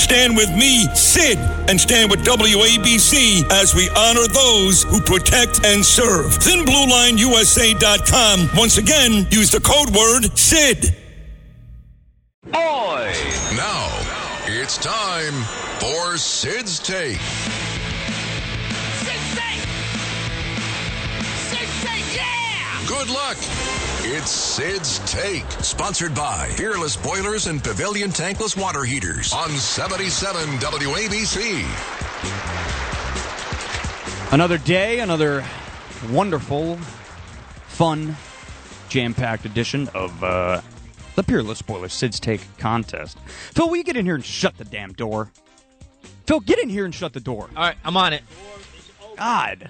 Stand with me, SID, and stand with WABC as we honor those who protect and serve. ThinBlueLineUSA.com. Once again, use the code word SID. Boy! Now, it's time for Sid's Take. Six eight. Six eight, yeah. Good luck. It's Sid's Take, sponsored by Fearless Boilers and Pavilion Tankless Water Heaters on 77 WABC. Another day, another wonderful, fun, jam packed edition of uh, the Peerless Spoiler Sid's Take contest. Phil, will you get in here and shut the damn door? Phil, get in here and shut the door. All right, I'm on it. God.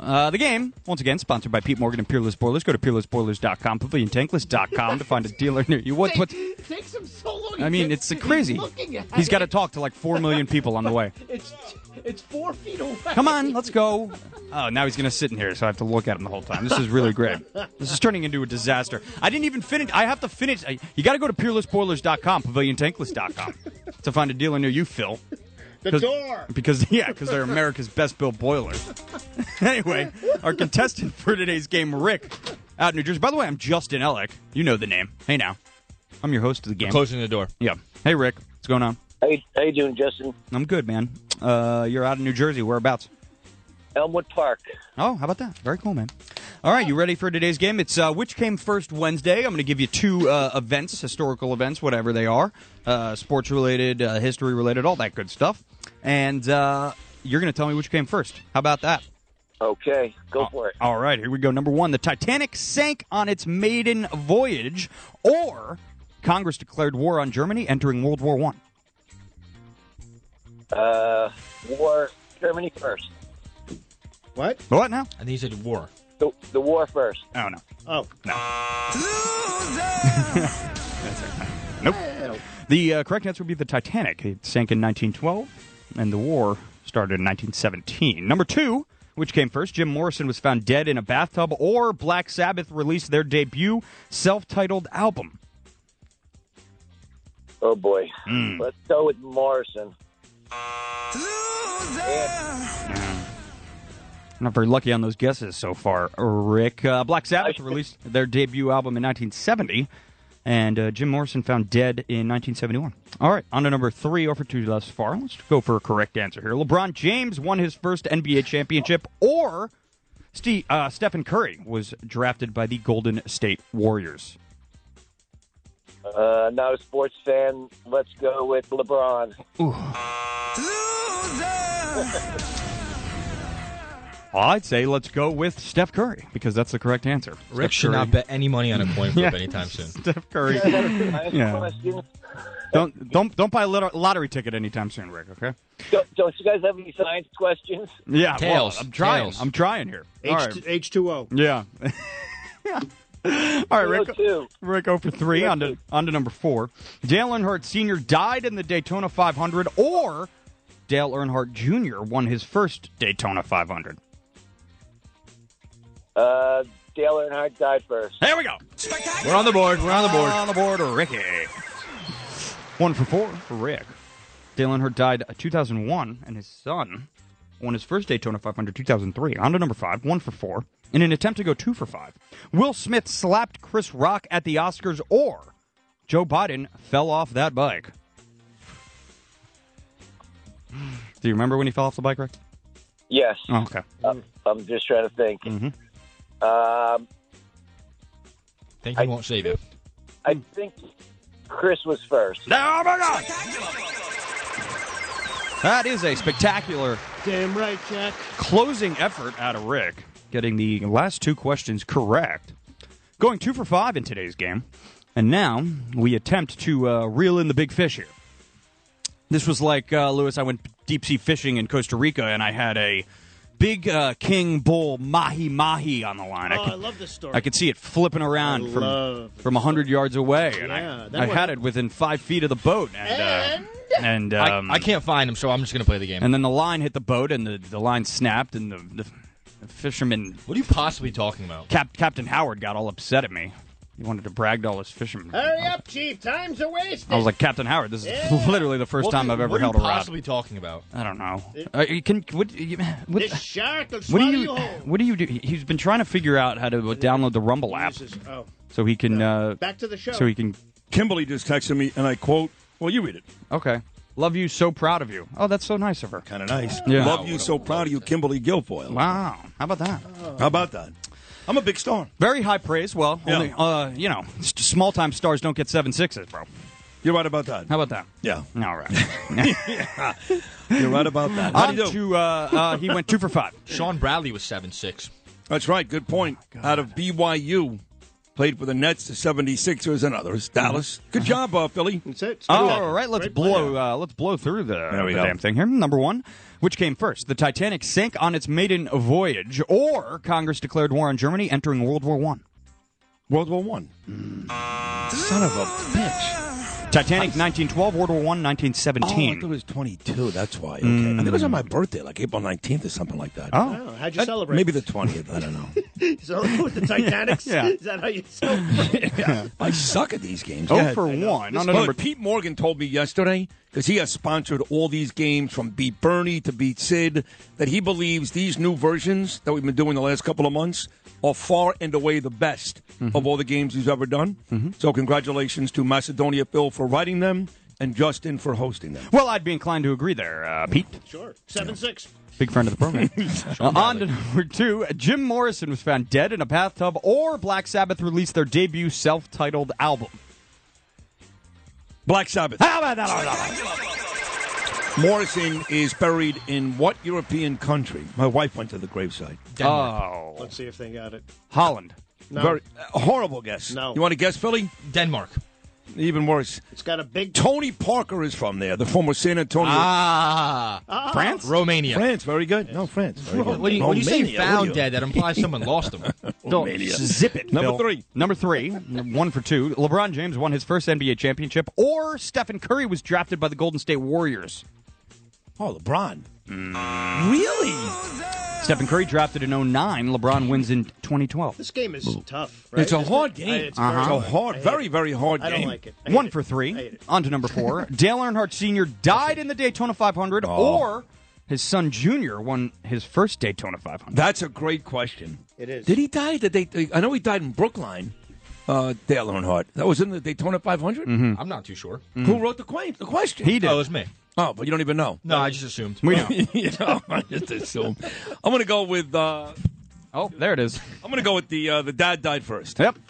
Uh, the game, once again, sponsored by Pete Morgan and Peerless Boilers. Go to peerlessboilers.com, paviliontankless.com to find a dealer near you. What, what, It takes him so long. I mean, it's He's crazy. looking at He's got to it. talk to like 4 million people on the way. It's it's four feet away. Come on, let's go. Oh, now he's going to sit in here, so I have to look at him the whole time. This is really great. This is turning into a disaster. I didn't even finish. I have to finish. I, you got to go to peerlessboilers.com, paviliontankless.com to find a dealer near you, Phil. The 'Cause- door. Because, yeah, because they're America's best built boilers. anyway, our contestant for today's game, Rick, out in New Jersey. By the way, I'm Justin Ellick. You know the name. Hey, now. I'm your host of the game. Closing the door. Yeah. Hey, Rick. What's going on? Hey, how you doing, Justin? I'm good, man. Uh, you're out in New Jersey. Whereabouts? Elmwood Park. Oh, how about that? Very cool, man. All right, you ready for today's game? It's uh, which came first Wednesday. I'm going to give you two uh, events, historical events, whatever they are, uh, sports related, uh, history related, all that good stuff. And uh, you're going to tell me which came first. How about that? Okay, go for it. All right, here we go. Number one the Titanic sank on its maiden voyage, or Congress declared war on Germany entering World War One. Uh, war, Germany first. What? What now? And these are the war. The, the war first. Oh, no. Oh, The uh, correct answer would be the Titanic. It sank in 1912, and the war started in 1917. Number two, which came first, Jim Morrison was found dead in a bathtub, or Black Sabbath released their debut self titled album. Oh boy. Hmm. Let's go with Morrison. Yeah, Not very lucky on those guesses so far, Rick. Uh, Black Sabbath I- released their debut album in 1970, and uh, Jim Morrison found dead in 1971. All right, on to number three, over two thus far. Let's go for a correct answer here. LeBron James won his first NBA championship, or Ste uh, Stephen Curry was drafted by the Golden State Warriors. uh, not a sports fan. Let's go with LeBron. I'd say let's go with Steph Curry because that's the correct answer. Rick Steph should Curry- not bet any money on a coin flip Yeah. anytime soon. Steph Curry. Last Yeah. question. don't don't don't buy a lot- lottery ticket anytime soon, Rick. Okay. Don't, don't you guys have any science questions? Yeah, well, Tails. I'm trying. Tails. I'm trying here. All right. H two O. Yeah. All right, Rick. 302. Rick, 0 for three. On to, on to number four. Dale Earnhardt Sr. died in the Daytona 500, or Dale Earnhardt Jr. won his first Daytona 500. Uh, Dale Earnhardt died first. There we go. We're on the board. We're on the board. On the board, Ricky. One for four for Rick. Dale Earnhardt died in 2001, and his son won his first Daytona 500 2003. On to number five, one for four. In an attempt to go two for five, Will Smith slapped Chris Rock at the Oscars, or Joe Biden fell off that bike. Do you remember when he fell off the bike, Rick? Yes. Oh, okay. I'm just trying to think. Mm-hmm. Um, Think you won't save it. I think Chris was first. Oh my God! That is a spectacular Damn right, Jack. closing effort out of Rick, getting the last two questions correct, going two for five in today's game. And now we attempt to uh, reel in the big fish here. This was like uh, Lewis. I went deep sea fishing in Costa Rica, and I had a big uh, king bull mahi mahi on the line. Oh, I, I could, love this story. I could see it flipping around from love this from hundred yards away, and Yeah, that I, I one- had it within five feet of the boat, and uh, and um, I, I can't find him, so I'm just going to play the game. And then the line hit the boat, and the, the line snapped, and the, the, the fisherman what are you possibly talking about? Cap, Captain Howard got all upset at me. He wanted to brag to all his fishermen. Hurry up, Chief. Time's a waste. I was like, Captain Howard, this is Yeah. literally the first What time are- I've ever what held are a you rod. possibly talking about? I don't know. Uh, you can what, you, what, this shark will what swallow do you, you whole. what do you do? He- He's been trying to figure out how to download the Rumble app Jesus. Oh, so he can uh, back to the show. so he can. Kimberly just texted me, and I quote, well, you read it. Okay, love you, so proud of you. Oh, that's so nice of her. Kind of nice. Yeah. Love you, so proud of you, Kimberly Guilfoyle. Wow, how about that? How about that? I'm a big star. Very high praise. Well, Yeah. only uh, you know, small time stars don't get seven sixes, bro. You're right about that. How about that? Yeah, All right. you're right about that. How do On you do? to uh, uh, he went two for five. Sean Bradley was seven six. That's right. Good point. Out of BYU, played for the Nets, the 76ers, and others. Dallas. Good job, uh, Philly. That's it. Oh, All right, let's Great blow. Uh, let's blow through the, There we the go. damn thing here. Number one, which came first, the Titanic sank on its maiden voyage, or Congress declared war on Germany, entering World War One? World War One. Son of a bitch. Titanic, 1912. World War One, Oh, I thought it 1917. was 22. That's why. Okay. I think it was on my birthday, like April 19th or something like that. Oh, Oh, how'd you celebrate? Maybe the 20th. I don't know. So, with the Titanic? Yeah. Is that how you celebrate? I suck at these games. Go oh ahead. for one. On This- to Look, number two. Pete Morgan told me yesterday because he has sponsored all these games from Beat Bernie to Beat Sid that he believes these new versions that we've been doing the last couple of months are far and away the best of all the games he's ever done. So congratulations to Macedonia Phil for writing them and Justin for hosting them. Well, I'd be inclined to agree there, uh, Pete. sure. Seven six. Big friend of the program. Uh, on to number two. Jim Morrison was found dead in a bathtub, or Black Sabbath released their debut self-titled album. Black Sabbath. How about that? Morrison is buried in what European country? My wife went to the gravesite. Denmark. Oh, Let's see if they got it. Holland. No, Very, a horrible guess. No. You want to guess, Philly? Ah. Denmark. Even worse. it's got a big. Tony Parker is from there, the former San Antonio. Ah, France? Romania. France, very good. No, France. Very good. When you, when you say Romania, found will you? dead, that implies someone lost him. Romania. zip it. Number Phil. three. Number three. One for two. LeBron James won his first NBA championship, or Stephen Curry was drafted by the Golden State Warriors. Oh, LeBron. Really? Stephen Curry drafted in 09. LeBron wins in 2012. This game is tough. Right? It's a hard I- game. It's, very It's a hard. hard, I hate very, it. very hard Uh-huh. I game. don't like it. I hate One it. for I hate three. it. On to number four. Dale Earnhardt Sr. died in the Daytona 500, Oh. or his son Junior won his first Daytona 500. That's a great question. It is. Did he die at the Daytona? I know he died in Brookline. Uh, Dale Earnhardt. That was in the Daytona 500. Hmm. I'm not too sure. Who wrote the, que- the question? He did. Oh, it was me. Oh, but you don't even know. No, I just assumed. we know. you know, I just assume. I'm gonna go with. Uh, Oh, there it is. I'm gonna go with the uh, the dad died first. Yep.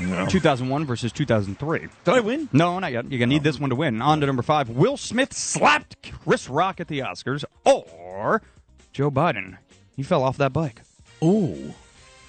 No. 2001 versus 2003. Did I win? No, not yet. You're gonna need this one to win. On to number five. Will Smith slapped Chris Rock at the Oscars, or Joe Biden? He fell off that bike. Oh.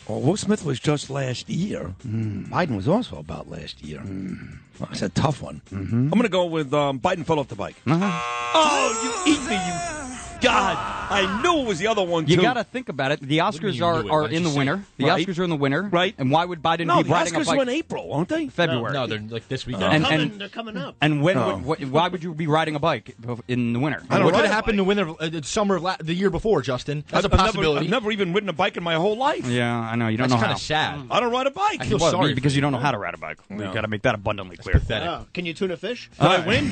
Well, Will Smith was just last year. Hmm. Biden was also about last year. Well, That's a tough one. Mm-hmm. I'm going to go with um, Biden fell off the bike. Oh, you eat me, you God. I knew it was the other one, You too. got to think about it. The do Oscars you are, do it? are Why'd in you the say winter. it? The Right. Oscars are in the winter, Right. And why would Biden No, be the riding a Oscars bike were in April, aren't they? February? No, they're like this weekend. and Coming, and they're coming up. and when Oh. would, wh- why would you be riding a bike bef- in the winter? I don't what ride did a happen bike. to winter, uh, the summer of la- the year before, Justin? That's a I've- I've never- possibility. I've never, even ridden a bike in my whole life. Yeah, I know you don't That's know kind how. of sad. I don't ride a bike. feel Well, sorry for because you don't know how to ride a bike. we You got to make that abundantly clear. Pathetic. Oh, can you tune a fish? I win.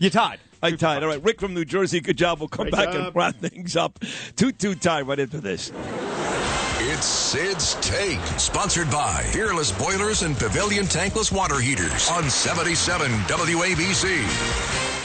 You tied. I tied. All right, Rick from New Jersey. Good job. We'll come Great back and job. wrap things up. Two-two tie right into this. It's Sid's Take, sponsored by Fearless Boilers and Pavilion Tankless Water Heaters on 77 WABC.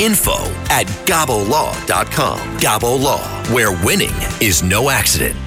info at gabolaw.com. Gabo Law, where winning is no accident.